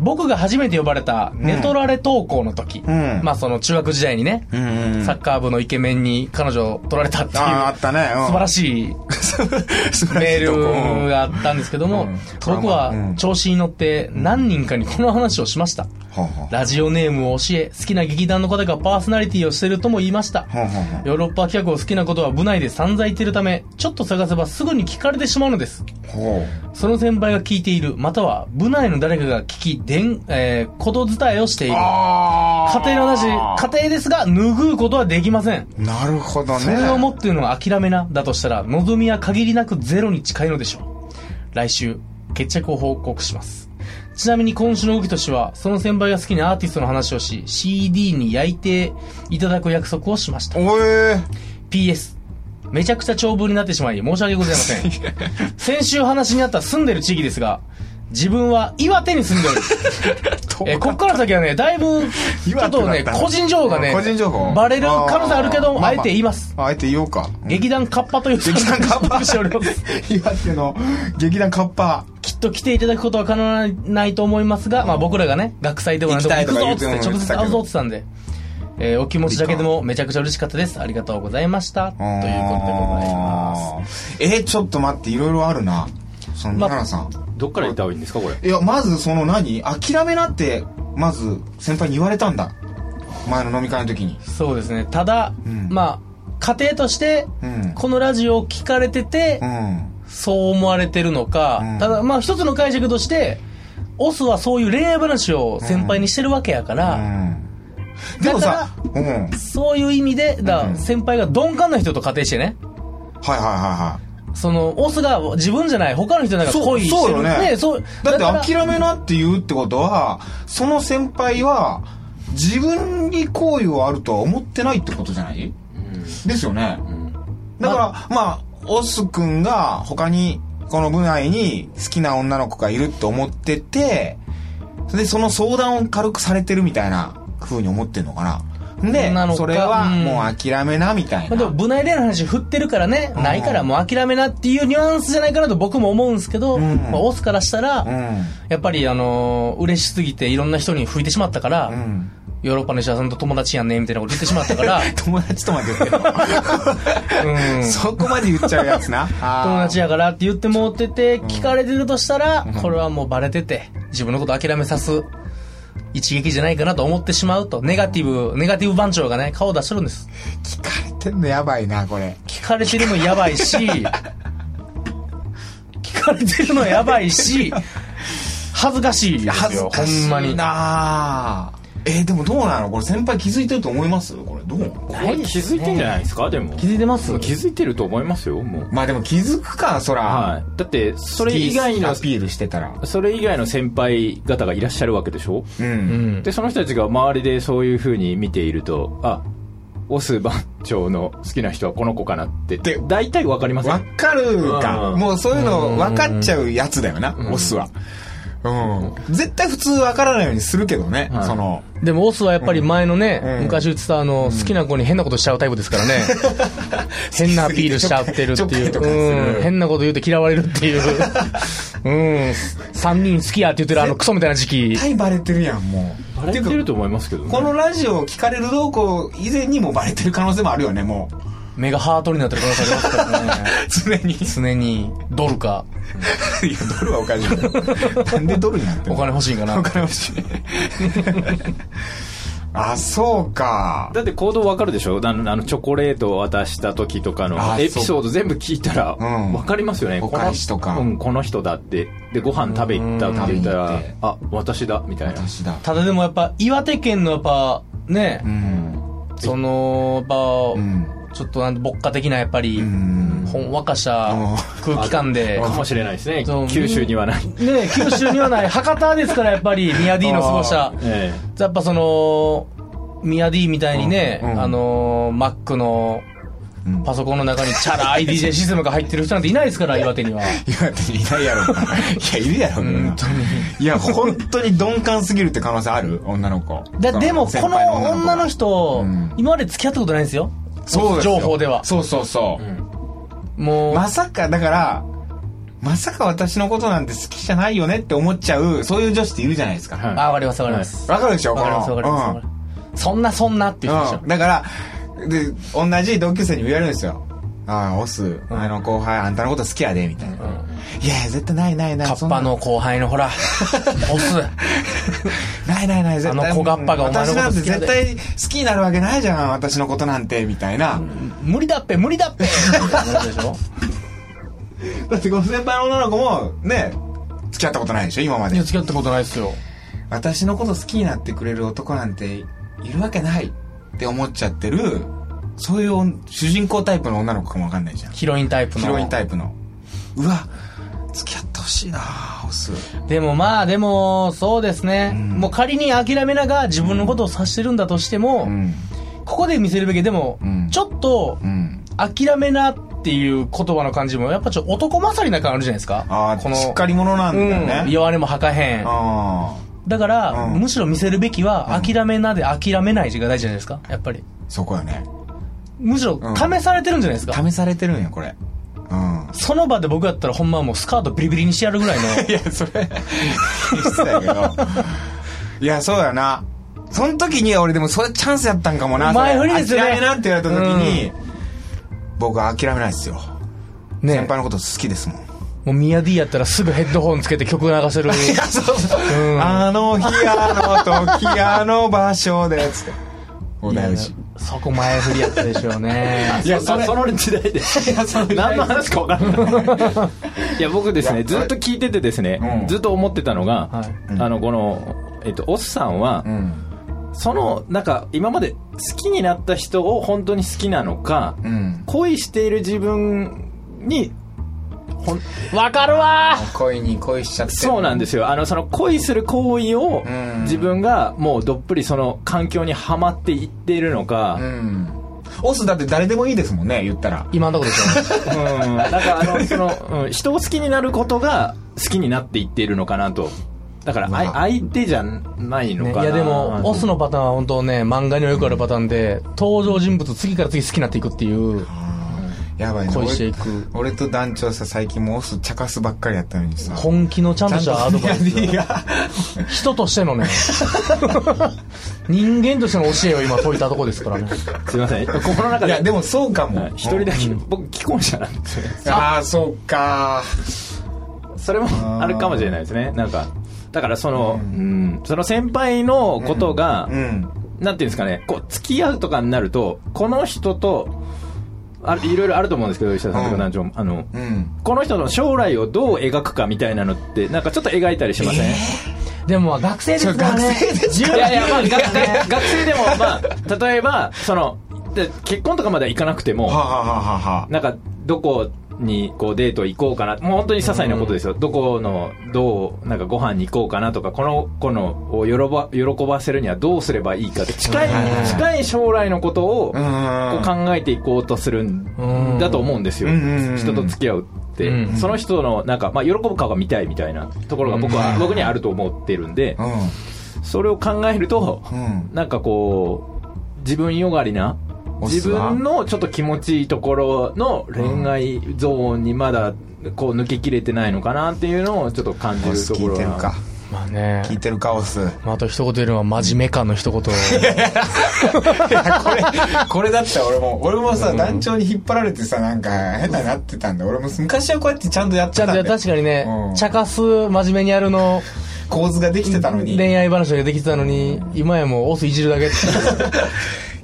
B: 僕が初めて呼ばれたネトラレ投稿の時、
A: ん
B: まあその中学時代にね、
A: うんうん
B: サッカー部のイケメンに彼女を取られたっていう。
A: ああーあったね、うん、
B: 素晴らし い
A: 素晴ら
B: メ
A: しいとこ
B: ールがあったんですけども、
A: うん
B: 僕は調子に乗って何人かにこの話をしました。
A: ほうほう
B: ラジオネームを教え、好きな劇団の方がパーソナリティをしてるとも言いました。
A: ほうほうほう
B: ヨーロッパ企画を好きなことは部内で散々言ってるため、ちょっと探せばすぐに聞かれてしまうのです。
A: ほ
B: その先輩が聞いている、または部内の誰かが聞き、でん、えー、こと伝えをしている。
A: う
B: 家
A: ああ
B: 庭の話、家庭ですが、拭うことはできません。
A: なるほどね
B: それを持っているのが諦めな、だとしたら、望みは限りなくゼロに近いのでしょう。来週、決着を報告します。ちなみに今週の動きとしては、その先輩が好きなアーティストの話をし、CD に焼いていただく約束をしました。
A: おえ
B: PS、めちゃくちゃ長文になってしまい、申し訳ございません。 先週話にあった住んでる地域ですが、自分は岩手に住んでおり、 えーこっから先はね、だいぶ、ちょっと
A: 岩
B: ね、
A: 手だった
B: 個人情報がね、
A: 個人情報
B: バレる可能性あるけども、
A: ー
B: あえて言います。
A: あえて言おうかうん
B: 劇団カッパという
A: 劇団カッパ
B: しております
A: 岩手の劇団カッパ
B: きっと来ていただくことは叶わないと思いますが、まあ僕らがね、学祭でもなんでも
A: 行きたいとか
B: 行くぞっつっ
A: 言う
B: て
A: ても
B: 直接会うぞっつってたんで、えーお気持ちだけで
A: い
B: もめちゃくちゃ嬉しかったです。ありがとうございました。ということでございます。
A: すえちょっと待っていろいろあるなその
B: ま
A: 奈良さん
C: どっから行った方がいいんですかこれ
A: いやまずその何諦めなってまず先輩に言われたんだ前の飲み会の時に
B: そうですね。ただ、
A: うん
B: まあ、家庭として
A: うん、
B: このラジオを聞かれてて
A: う、ん
B: そう思われてるのか、
A: うん
B: ただまあ一つの解釈として、オスはそういう恋愛話を先輩にしてるわけやか
A: う
B: ら、
A: んでもさ
B: だ
A: うんはいはい
B: そういう意味で、だから
A: うん
B: 先輩が鈍感な人と仮定してね、
A: はいは
B: その、オスが自分じゃない、他の人なんか
A: そう
B: 恋して
A: そう
B: る
A: よね
B: そう。
A: いだ
B: から
A: って諦めなって言うってことはその先輩は自分に好意はあるとは思ってないってことじゃないですよね、だから、まあ、オス君が他に、この部内に好きな女の子がいるって思ってて、で、その相談を軽くされてるみたいな風に思ってんのかな。で
B: なの、か
A: それは
B: うん
A: もう諦めなみたい
B: まあでも、
A: な。
B: 部内恋愛の話振ってるからね、ないからもう諦めなっていうニュアンスじゃないかなと僕も思うんですけど、
A: ん
B: まあ、オスからしたら、
A: うん。
B: やっぱりあのー嬉しすぎていろんな人に吹いてしまったから、
A: うん。
B: ヨーロッパの石田さんと友達やんね、みたいなこと言ってしまったから、
A: 友達とまで言うけど、
B: うん
A: そこまで言っちゃうやつな。
B: 友
A: あー
B: 達やからって言ってもうてて、聞かれてるとしたら、これはもうバレてて、自分のこと諦めさす一撃じゃないかなと思ってしまうと、ネガティブ、ネガティブ番長がね、顔を出してるんです。
A: 聞かれてんのやばいな、これ。
B: 聞かれてるのやばいし、聞かれてるのやばいし、恥ずかしいですよ、ほんまに。
A: なあえーでもどうなのこれ先輩気づいてると思いますこれ、どうなの
C: これ気づいてんじゃないですかでも
B: 気づいてます
C: 気づいてると思いますよもう
A: まあでも気づくか、そら。
C: はいだってそれ以外の
A: アピールしてたら。
C: それ以外の先輩方がいらっしゃるわけでしょ
A: う。
B: うんん。
C: でその人たちが周りでそういうふうに見ているとあオス番長の好きな人はこの子かなって
A: で
C: 大体わかりませ
A: わ
C: ん
A: かるか。
C: うん
A: もうそういうの分かっちゃうやつだよな、オスは。うん。絶対普通分からないようにするけどね、
C: はい
A: その。
B: でもオスはやっぱり前のね、
A: うん
B: 昔言ってたあの、好きな子に変なことしちゃうタイプですから ね。変なアピールしちゃってるって
A: ちょ
B: い
A: っかいとかす
B: う。
A: る
B: うん。変なこと言うと嫌われるっていう。うん。三人好きやって言ってるあのクソみたいな時期。
A: 大バレてるやん、もう。
C: バレて
A: て
C: る
A: か
C: と思いますけどね
A: このラジオを聞かれる動向以前にもバレてる可能性もあるよね、もう。
B: 目がハートになってる可能性あります からね
A: 常に。
B: 常にドルか
A: いや、ドルはおかしいよ。 なんでドルになってん
B: お
A: の
B: 金欲しいんかな
A: お金欲しい。 あ、そうか。
C: だって行動わかるでしょあのあのチョコレートを渡した時とかの
A: あ
C: エピソード全部聞いたら
A: うん
C: わかりますよね、
A: お
C: この
A: 返しとか
C: うん、この人だってでご飯食べ行ったって言った
A: うん
C: ら
A: 食べ行って
C: あ私だみたいな
A: 私だ。
B: ただでもやっぱ岩手県のやっぱね
A: うん。
B: そのや
A: う
B: っ
A: ん。
B: ぱちょっとなん牧歌的なやっぱり
A: うん。
B: ほんわかした
A: う
B: 空気感で
C: かもしれないですね
B: そう
C: 九州にはない、
B: ね九州にはない博多ですからやっぱり宮 D の過ごした
C: え
B: やっぱその宮 D みたいにね、
A: うんうん
B: あのー Mac の
A: うん
B: パソコンの中にチャラい DJ システムが入ってる人なんていないですから岩手に は
A: 岩手にいないやろうな。いや、いるやろうな。
B: 本当に
A: いや、本当に鈍感すぎるって可能性ある女の子。
B: だ
A: その
B: でも
A: 先
B: この
A: 輩
B: 女の人、
A: うん
B: 今まで付き合ったことないんですよ
A: そうですよ
B: 情報では
A: そうそうそう。
B: もう、
A: まさか、だから、まさか私のことなんて好きじゃないよねって思っちゃう、そういう女子っているじゃないですか。
C: は
A: わ、
C: い
B: あわかりますわかります
A: かるでしょ
B: わかります
A: この
B: わかりますわかりますそんなそんなっていう人で
A: う
B: し
A: ん。うん。だから、で、同じ同級生にも言われるんですよ。ああ、オス、
B: ん
A: あの後輩、あんたのこと好きやで、みたいな。いやいや、絶対ないないない。
B: ょカ
A: そ
B: ッ
A: んな
B: パの後輩の ほらオス
A: ないないない、絶対。
B: あの小河童がお前
A: 私
B: のこと好き
A: な
B: や
A: ん
B: で
A: て絶対好きになるわけないじゃん、私のことなんて、みたいな。
B: 無理だっぺ無理だっぺなるでしょ
A: だってこの先輩の女の子もね付き合ったことないでしょ今ま
B: い
A: で
B: や付き合ったことないですよ
A: 私のこと好きになってくれる男なんているわけないって思っちゃってるそういう主人公タイプの女の子かもわかんないじゃん
B: ヒロインタイプの
A: ヒロインタイプのうわ付き合ってほしいなオス
B: でもまあでもそうですね、
A: ん
B: もう仮に諦めながら自分のことを察してるんだとしても、
A: うん
B: ここで見せるべきでも、
A: うん
B: ちょっと
A: うん
B: 諦めなっていう言葉の感じもやっぱちょっと男勝りな感あるじゃないですか
A: ああ
B: この
A: しっかり者なんだよ
B: うん、
A: ね、
B: 弱音も吐かへん
A: ああ
B: だから、
A: うん
B: むしろ見せるべきは諦めなで諦めない字が大事じゃないですかやっぱり
A: そこよね
B: むしろ
A: うん
B: 試されてるんじゃないですか、
A: 試されてるんやこれうん
B: その場で僕やったらほんまはもうスカートビリビリにしてやるぐ らいの
A: いや、それ、失礼やけど。いや、そうだな。その時に俺でもそれチャンスやったんかもな。
B: 前
A: それ
B: 振りですよね
A: 諦めなって言われた時に、僕は諦めないですよ。
B: ね
A: 先輩のこと好きですもん。
B: もうミヤディやったらすぐヘッドホンつけて曲流せる
A: そうそう。
B: ん
A: あの日、あの時、あの場所で、つって。お大事。
B: そこ前振りやったでしょう ね
C: いやそ
A: それ
C: その時代で何の話か分からない いや僕ですね
A: いや
C: ずっと聞いててですね、
A: うん
C: ずっと思ってたのが、
B: はい
C: あのこの、えっと、オスさんは、
A: うん。
C: そのなんか今まで好きになった人を本当に好きなのか、
A: うん。
C: 恋している自分にほん
B: わかるわ
A: 恋に恋しちゃって。
C: そうなんですよあのその恋する行為を
A: うん
C: 自分がもうどっぷりその環境にはまっていっているの
A: う
C: か、
A: ん。オスだって誰でもいいですもんね、言ったら。
B: 今のとこでしょ
C: うん、なんかあのその、うん、人を好きになることが好きになっていっているのかなとだからあい相手じゃないの
B: ね
C: か
B: い
C: な、
B: やでもオスのパターンは本当ね漫画にはよくあるパターンで登場人物次から次好きになっていくっていう
A: やばいな
B: 恋していく
A: 俺俺と団長さ最近もうオス茶化すばっかりやったのにさ
B: 本気のちゃんとしたアドバイス
A: いや
B: 人として のね人間としての教えを今解いたとこですからね
C: すいません心の中
A: い
C: で
A: やでもそうかも
C: はい一人だけ、僕既婚者なんですよ
A: ああそうか
C: それも
A: ー
C: あるかもしれないですねなんかだからその、うんその先輩のことが、
A: うん
C: なんていうんですかね、こう、付き合うとかになると、この人と、あいろいろあると思うんですけど、石田さんと
A: う
C: か
A: ん
C: 団長も、あの、
A: うん
C: この人の将来をどう描くかみたいなのって、なんかちょっと描いたりしません、
B: でもまあ学生ですからね
A: そう学生です
B: か
C: いやいや、まあ、学学学生でも、まあ、例えば、その、で結婚とかまでは行かなくて
A: は
C: も、
A: はははは
C: なんか、どこに、こう、デート行こうかな。もう本当に些細なことですよ。どこの、どう、なんかご飯に行こうかなとか、この子のを喜ば喜ばせるにはどうすればいいかって、近い
A: はいはいは、い
C: 近い将来のことを、こう
A: う
C: 考えていこうとする
B: うんん
C: だと思うんですよ、
A: うんうんうん
C: 人と付き合うって、
B: うん
C: その人のなんか、まあ、喜ぶ顔が見たいみたいなところが僕は、
A: うん
C: 僕にはあると思ってるんで、
A: ん
C: それを考えると、
A: うん
C: なんかこう自分よがりな
A: オ
C: 自
A: スは
C: 分のちょっと気持ちいいところの恋愛ゾーンにまだこう抜けきれてないのかなっていうのをちょっと感じ
A: オ
C: る
A: ス
C: とこ
A: 聞
C: ろ
A: いてる
C: が
A: か
B: まあね
A: 聞いてるカオス。
B: まあ、あと一言言えるのは真面目感の一言を
A: これだったら俺も、俺もさ、団長に引っ張られてさ、なんか変ななってたんだ。俺も昔はこうやってちゃんとやって
B: ちゃ
A: た
B: ん
A: んだ
B: と
A: よ
B: や確かにね、
A: うん
B: 茶化す真面目にやるの
A: 構図ができてたのに。
B: 恋愛話ができてたのに今やもうオスいじ るだけっていう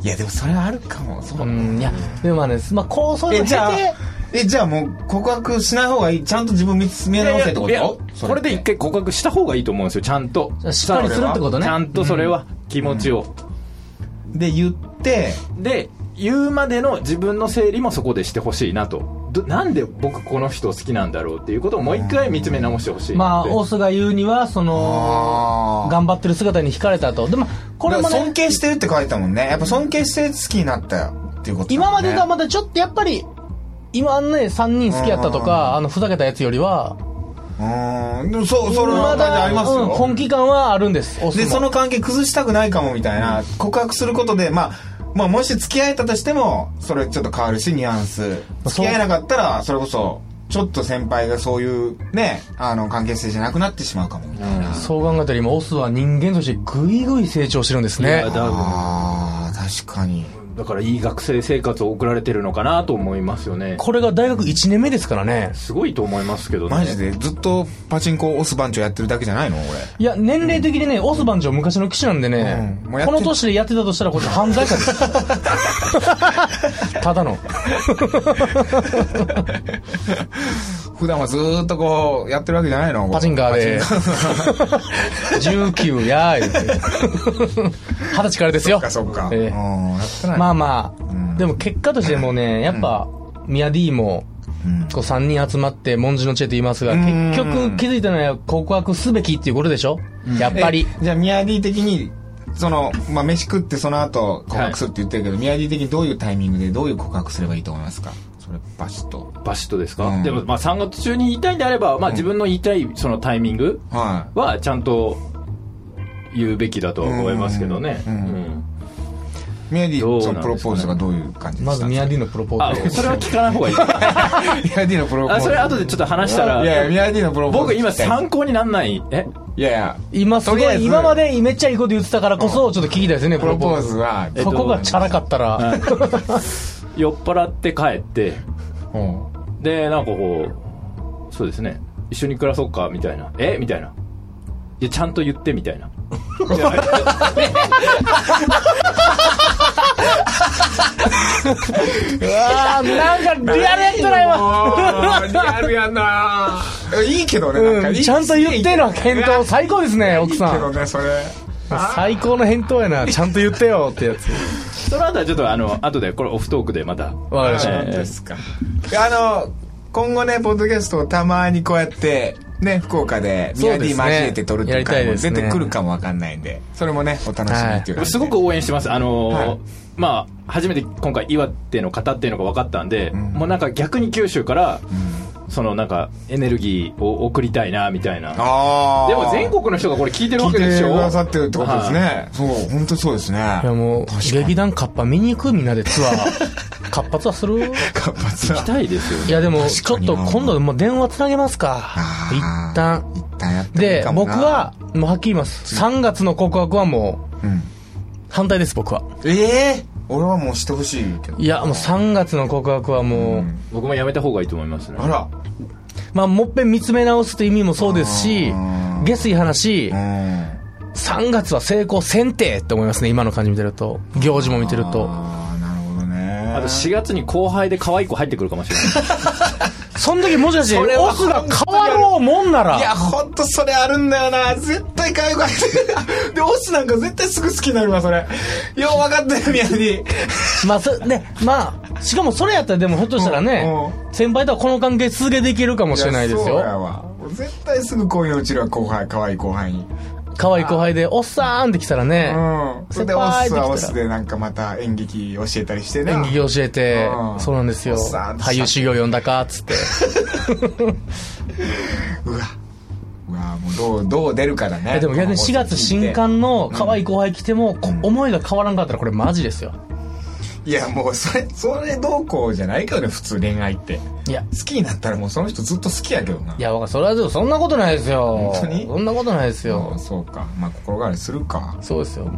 A: いや、でもそれはあるかも。そうう。
B: んいやでもまあねまあこうそういう
A: え、
B: の
A: じ
B: 経
A: ゃあ
B: て、
A: え、じゃあもう告白しない方がいい。ちゃんと自分見つめ直せってこと
C: いやいや
A: そ
C: こ
A: れ
C: れ
A: って
C: で一回告白した方がいいと思うんですよちゃんと
B: しっかりするってことね
C: ちゃんとそれは気持ちを、
A: で言って、
C: で言うまでの自分の整理もそこでしてほしいなとどなんで僕この人好きなんだろうっていうことをもう一回見つめ直してほしい
B: まあ
C: って
B: オスが言うにはその
A: あー
B: 頑張ってる姿に惹かれたとでもこれも
A: だから
B: ね
A: 尊敬してるって書いたもんね。やっぱ尊敬して好きになったよ。っていうこと、ね。
B: 今までがまだちょっとやっぱり今あんね3人好きやったとかあのふざけたやつよりは
A: うーん。でもそう、それはまだありますよ。
B: うん本気感はあるんですオスも
A: で、その関係崩したくないかもみたいな、告白することで、まあ、まあ、もし付き合えたとしても、それちょっと変わるし、ニュアンス。
B: そう
A: 付き合えなかったら、それこそ、ちょっと先輩がそういう、ね、あの、関係性じゃなくなってしまうかも。
B: そう考えたら今オスは人間としてぐいぐい成長してるんです
C: い
B: ね
C: やだ
A: ああ、確かに。
C: だからいい学生生活を送られてるのかなと思いますよね
B: これが大学1年目ですからね
C: すごいと思いますけどね
A: マジで、ずっとパチンコを押す番長やってるだけじゃないの俺。
B: いや年齢的にね、オス番長昔の騎士なんでね、
A: うんもうやって
B: この年でやってたとしたらこれ犯罪者です ただの
A: 普段はずーっとこう、やってるわけじゃないの
B: パチンカーで 19やー言って二十歳からですよ
A: そっかそっか。
B: ええ
A: うん、やってない。
B: まあまあ、
A: ん
B: でも結果としてもねやっぱ、ミヤディも
A: うん
B: こう3人集まって文字の知恵と言いますが
A: ん
B: 結局気づいたのは告白すべきっていうことでしょ、やっぱり
A: えじゃあ、ミヤディ的に、その、まあ、飯食ってその後告白するって言ってるけど、ミヤディ的にどういうタイミングでどういう告白すればいいと思いますかそれ、バシッと。
C: バシッとですか、
A: うん
C: でもまあ3月中に言いたいんであれば、まあ、自分の言いたいそのタイミング
A: は
C: はちゃんと言うべきだとは思いますけどね、
A: うんうん
C: うん
A: い。ミヤデ
C: どう
A: ィ、
C: な
A: そ
C: んですか
A: のプロポー
C: ね
A: ズがどういう感じで
B: ま
A: し
B: ず
A: た
B: ミ
A: ミ
B: ヤディのプロポー
C: あ
B: ズです
C: それは聞かない方が いいあ
A: ヤディのプロポーズ。
C: それ後でちょっと話した
A: いやいや、ミ
C: ら
A: ヤディのプロポーズ。
C: 僕今参
A: い
C: 考になんないえ
A: やいや、
B: 今すご
A: とりあえ
B: い
A: ず
B: 今までめっちゃいいこと言ってたからこそちょっと聞きたいですね
A: プロポーズは、
C: え
B: そこがチャラかったら、
C: 酔っ払って帰って
A: うん
C: でなんかこうそうですね一緒に暮らそうかみたいなえみたいないやちゃんと言ってみたいないや
B: あーなんかリアルやった な
A: もうリアルやな いいけどね、なんか
B: 今、
A: いい。
B: ちゃんと言っての返答
A: い
B: 最高ですね奥
A: いけ
B: さ
A: ど
B: ん
A: ね、それ。
B: 最高の返答やなちゃんと言ってよってやつ
C: その後はちょっとあの後でこれオフトークでまた
B: わかりまし
A: そう
B: た
A: ですか。あの、今後ね、ポッドキャストをたまにこうやって、ね、福岡で、ミヤディ交えて撮るっていう
B: そうですねやりたい
A: 回も
B: ですね
A: 出てくるかもわかんないんで、それもね、お楽しみっていう、
C: すごく応援してます、あのー
A: はい
C: まあ、初めて今回、岩手の方っていうのが分かったんで、もうなんか逆に九州から、そのなんかエネルギーを送りたいなみたいな、
A: ああ。
C: でも全国の人がこれ聞いてる
A: 聞
C: わ
A: い
C: け
A: て
C: でしょ、
A: くださってるってことです
C: はい
A: ね。そう、本当そうですね。
B: いやもう
A: 確かに
B: 劇団カッパ見に行くみんなでツア ーカッパツアーする
A: 活発
C: 行き
A: は。
C: たいですよ
B: い
C: ね、
B: やでもちょ
A: 確か
B: っ
A: に
B: と今度もう電話つなげますか
A: あー
B: 一旦
A: 一旦やってもいい
B: で
A: かも
B: 僕
A: な、
B: はもうはっきり言います3月の告白はもう
A: うん。
B: 反対です僕は
A: ええ俺はもうしてほしいけど。
B: いやもう3月の告白はもう、
C: 僕もやめた方がいいと思いますね
A: あ、ら。
B: まあ、もっぺん見つめ直すという意味もそうですし
A: あー、
B: 下水話
A: う、ん。
B: 3月は成功せんてって思いますね、今の感じ見てると。行事も見てると。
A: ああ、なるほどね。
C: あと4月に後輩で可愛い子入ってくるかもし れない、
B: その時もしかして、
A: それは
B: オスが変わろうもんない
A: や、
B: ら、
A: ほんとそれあるんだよな。絶対かゆかった。 で、オスなんか絶対すぐ好きになるわ、それ。よう分かったよ、宮城。
B: まあ、そね、まあ、しかもそれやったらでもひょっとしたらね
A: う、
B: 先輩とはこの関係続けていけるかもしれないです
A: そうや
B: よ。
A: わ。俺絶対すぐ恋のうちるわ、後輩、可愛い後輩に。
B: 可愛い後輩で、おっさーんって来たら
A: う
B: ね、
A: ん。それで、オ
B: 先輩
A: ス
B: って来たら
A: はオスでなんかまた演劇教えたりしてね。
B: 演劇教えて
A: う、ん
B: そうなんですよ。
A: おっさん
B: 俳優修行読んだかっつ って。
A: うわ。うわ、もうどう、どう出るかだ
B: いや
A: ね。
B: でも逆に4月新
A: この放送聞い
B: 刊の可愛い後輩来ても、こ思いが変わらんかったらこれマジですよ。
A: ていやもうそれそれどうこうじゃないけどね普通恋愛って
B: いや
A: 好きになったらもうその人ずっと好きやけどない
B: やわかそれはでもそんなことないですよ
A: 本当に
B: そんなことないです
A: そ
B: よ
A: うそうかまあ心変わりするか
B: そうですよ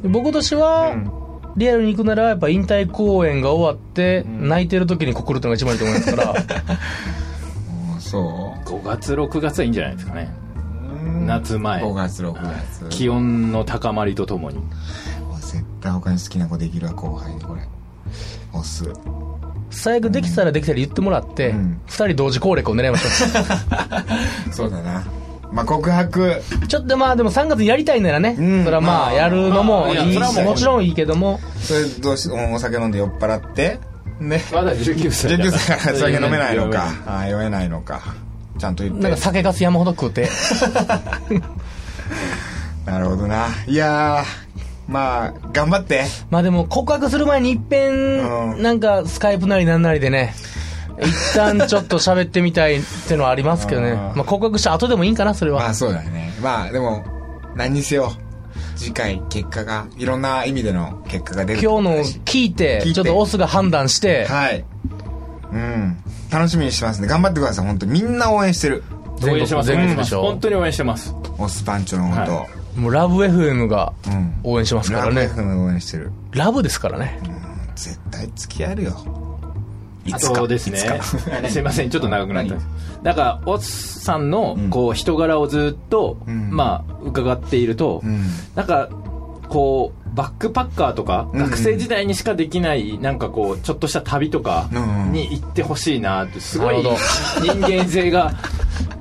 B: で僕としては、
A: うん
B: リアルに行くならやっぱ引退公演が終わって、
A: ん
B: 泣いてる時に告るってのが一番いいと思いますから
A: もうそう
C: 5月6月はいいんじゃないですかね夏前
A: 5月6月、
C: はい気温の高まりとともに
A: もう絶対他に好きな子できるわ後輩にこれ押す
B: 最悪できたらできたら言ってもらって、二
A: うん
B: 人同時攻略を狙いましょ
A: そうだなまあ告白
B: うちょっとまあでも3月にやりたいならね、
A: うん
B: それはま
A: ま
B: あ
A: あ
B: やるの
C: ま
B: も
C: あ
B: い
C: いや
B: いし、
C: それはもう
B: もちろんいいけども
A: それどうしおお酒飲んで酔っ払ってね
C: まだ19歳
A: 19歳から酒飲めないのか
C: 読め
A: ああ酔えないのかちゃんと言って
B: なんか酒かす山ほど食うて
A: なるほどないやーまあ頑張って
B: まあでも告白する前にいっぺ
A: うんん
B: なんかスカイプなりなんなりでね一旦ちょっと喋ってみたいってのはありますけどね
A: うん
B: まあ告白した後でもいいんかなそれは、
A: まあそうだねまあでも何にせよ次回結果がいろんな意味での結果が出る
B: 今日の聞いて
A: 聞いて
B: ちょっとオスが判断して、
A: はいうん楽しみにしてますね頑張ってください本当にみんな応援してる
C: 応援してます応援してます
B: 全国
C: 本当に応援してます
A: オスパンチョのこと、
C: は
B: もうラブ FM が
A: うん
B: 応援しますか
A: ラ
B: ら
A: ブ
B: ね
A: FM 応援してる
B: ラブですからね
A: 絶対付き合えるよい
C: あ
A: つか
C: とですね
A: いつか
C: すいませんちょっと長くなったんですだからおっさんの
A: ん
C: こう人柄をずっと、
A: うん
C: まあ伺っていると、
A: うん
C: なんかこうバックパッカーとか、
A: うんうん
C: 学生時代にしかできないなんかこうちょっとした旅とか
A: うんうん
C: に行ってほしいなってすごい
B: なるほ
C: 人間性が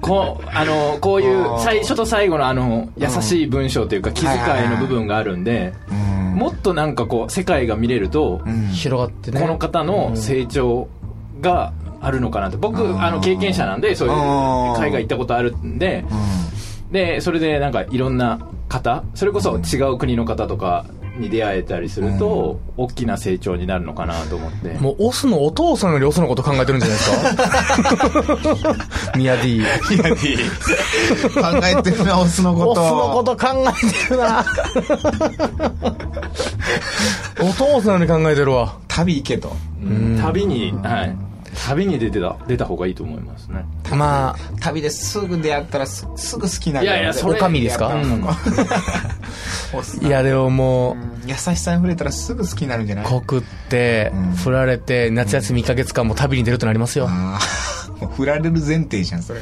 C: こうあのこういう
A: あー
C: 最初と最後のあの優しい文章というか気遣
A: はい
C: い
A: はい
C: の
A: はい
C: 部分があるんで
A: うん
C: もっとなんかこう世界が見れると、
A: うん
B: 広がってね
C: この方の成長があるのかなって僕
A: うん
C: あの経験者なんでそういう
A: うん
C: 海外行ったことあるんで
A: う
C: でそれでなんかいろんな方それこそ違う国の方とかに出会えたりすると大きな成長になるのかなと思って
B: もうオスのお父さんよりオスのこと考えてるんじゃない ですかミヤディ
A: んいやいい考えてる なオスのこと
B: オスのこと考えてるなお父さんより考えてるわ
A: 旅行けと
C: うん旅にはい旅に出てた出た方がいいと思いますね
B: まあ
A: 旅ですぐ出会ったらすすぐ好きになる
C: いやいやそ
B: お
C: れ
B: かみですか、
A: やっ
B: うん
A: オス
B: いやでももう
A: うん優しさに触れたらすぐ好きになるんじゃない
B: 告って、
A: うん
B: 振られて夏休み1ヶ月間も旅に出るとなりますよ、
A: ああもう振られる前提じゃんそれ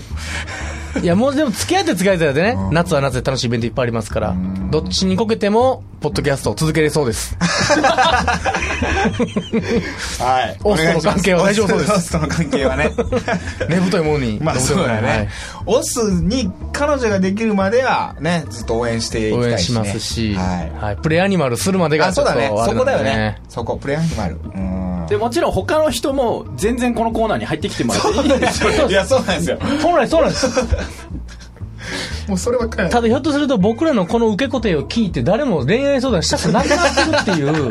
B: いや、もうでも付き合って付き合ってだってね、
A: うん
B: 夏は夏で楽しいイベントいっぱいありますから、どっちにこけても、ポッドキャストを続けれそ うです。
A: はい
B: オスとの関係は大丈夫そうです
A: オスとの関係はね
B: ねぶといもの に。
A: まあそうだ
B: はい
A: ね、オスに彼女ができるまではねずっと応援していき
B: 応
A: たいし、ね、
B: 援しますし、
A: はい
B: はい。プレイアニマルするまでが
A: あそうだね
B: ちょっとあ
A: そ
B: れな
A: こ
B: んで
A: だよね。そこプレイアニマルうん
C: でもちろん他の人も全然このコーナーに入ってきてもらっていいんですよ
A: いやそうなんですよ
B: 本来そうなんです。
A: もうそればっかり
B: ただひょっとすると僕らのこの受け答えを聞いて誰も恋愛相談したくなくなって るっていう、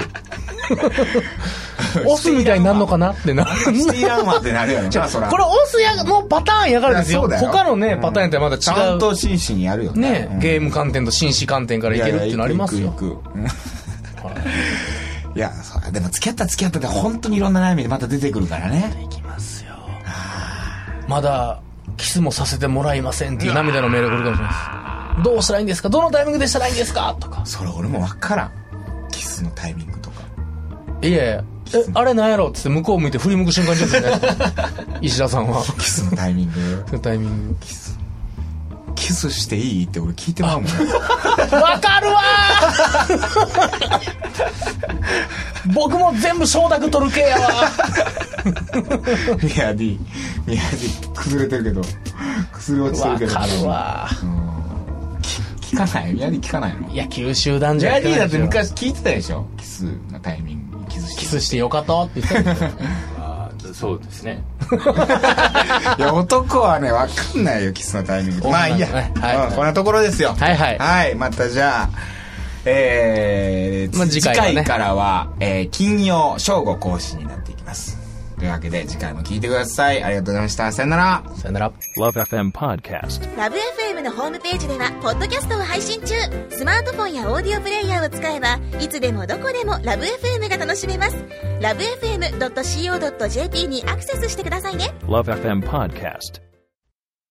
B: オスみたいになるのかなってなる。
A: シティランマーってなる よねじゃあそら
B: これオスやのパターンやからですよ。
A: いやそうだよ
B: 他のね、パターンやったらまだ違う。
A: ちゃんと真摯にやるよね
B: ね、ゲーム観点と紳士観点からいけるっていうのあります
A: い。や
B: よ
A: いや行く行く行くうん いやそらでも付き合った付き合ったで本当にいろんな悩みでまた出てくるからね
B: いきますよ。まだ、キスもさせてもらいませんっていう涙のメールが来るかもしれないです。どうしたらいいんですかどのタイミングでしたらいいんですかとか。
A: それ俺も分からんキスのタイミングとか
B: いやいや、え、あれなんやろっつって向こう向いて振り向く瞬間ですよね。 石田さ んは。
A: キスのタイミング
B: そのタイミング。
A: キスしていいって俺聞いてまうもん
B: わかるわー 僕も全部承諾取る系やわ
A: ミヤディミヤディ崩れてるけど崩れ落ちてる
B: わ
A: けど
B: かるわ
A: 聞かないミヤディ聞かないの
B: いや、九州男
A: ミ
B: 女
A: ヤ
B: やて
A: ディ
B: ない
A: だって
B: でしょ
A: 昔聞いてたでしょキスのタイミングキスして
B: キスしてよかったって言ってたんですよ
C: あーそうですね
A: いや男はね分かんないよキスのタイミングまあいいや、
B: 女の子ねはい
A: うんこんなところですよ
B: はいはい
A: またじゃあえー
B: まあ次回はね
A: からは、えー金曜正午更新になっていきますというわけで次回も聞いてくださいありがとうございましたさよなら
B: さよなら
D: LoveFM Podcast.
E: ラブ f m のホームページではポッドキャストを配信中スマートフォンやオーディオプレイヤーを使えばいつでもどこでもラブ f m が楽しめますラブ FM.co.jp にアクセスしてくださいね
D: LoveFM Podcast.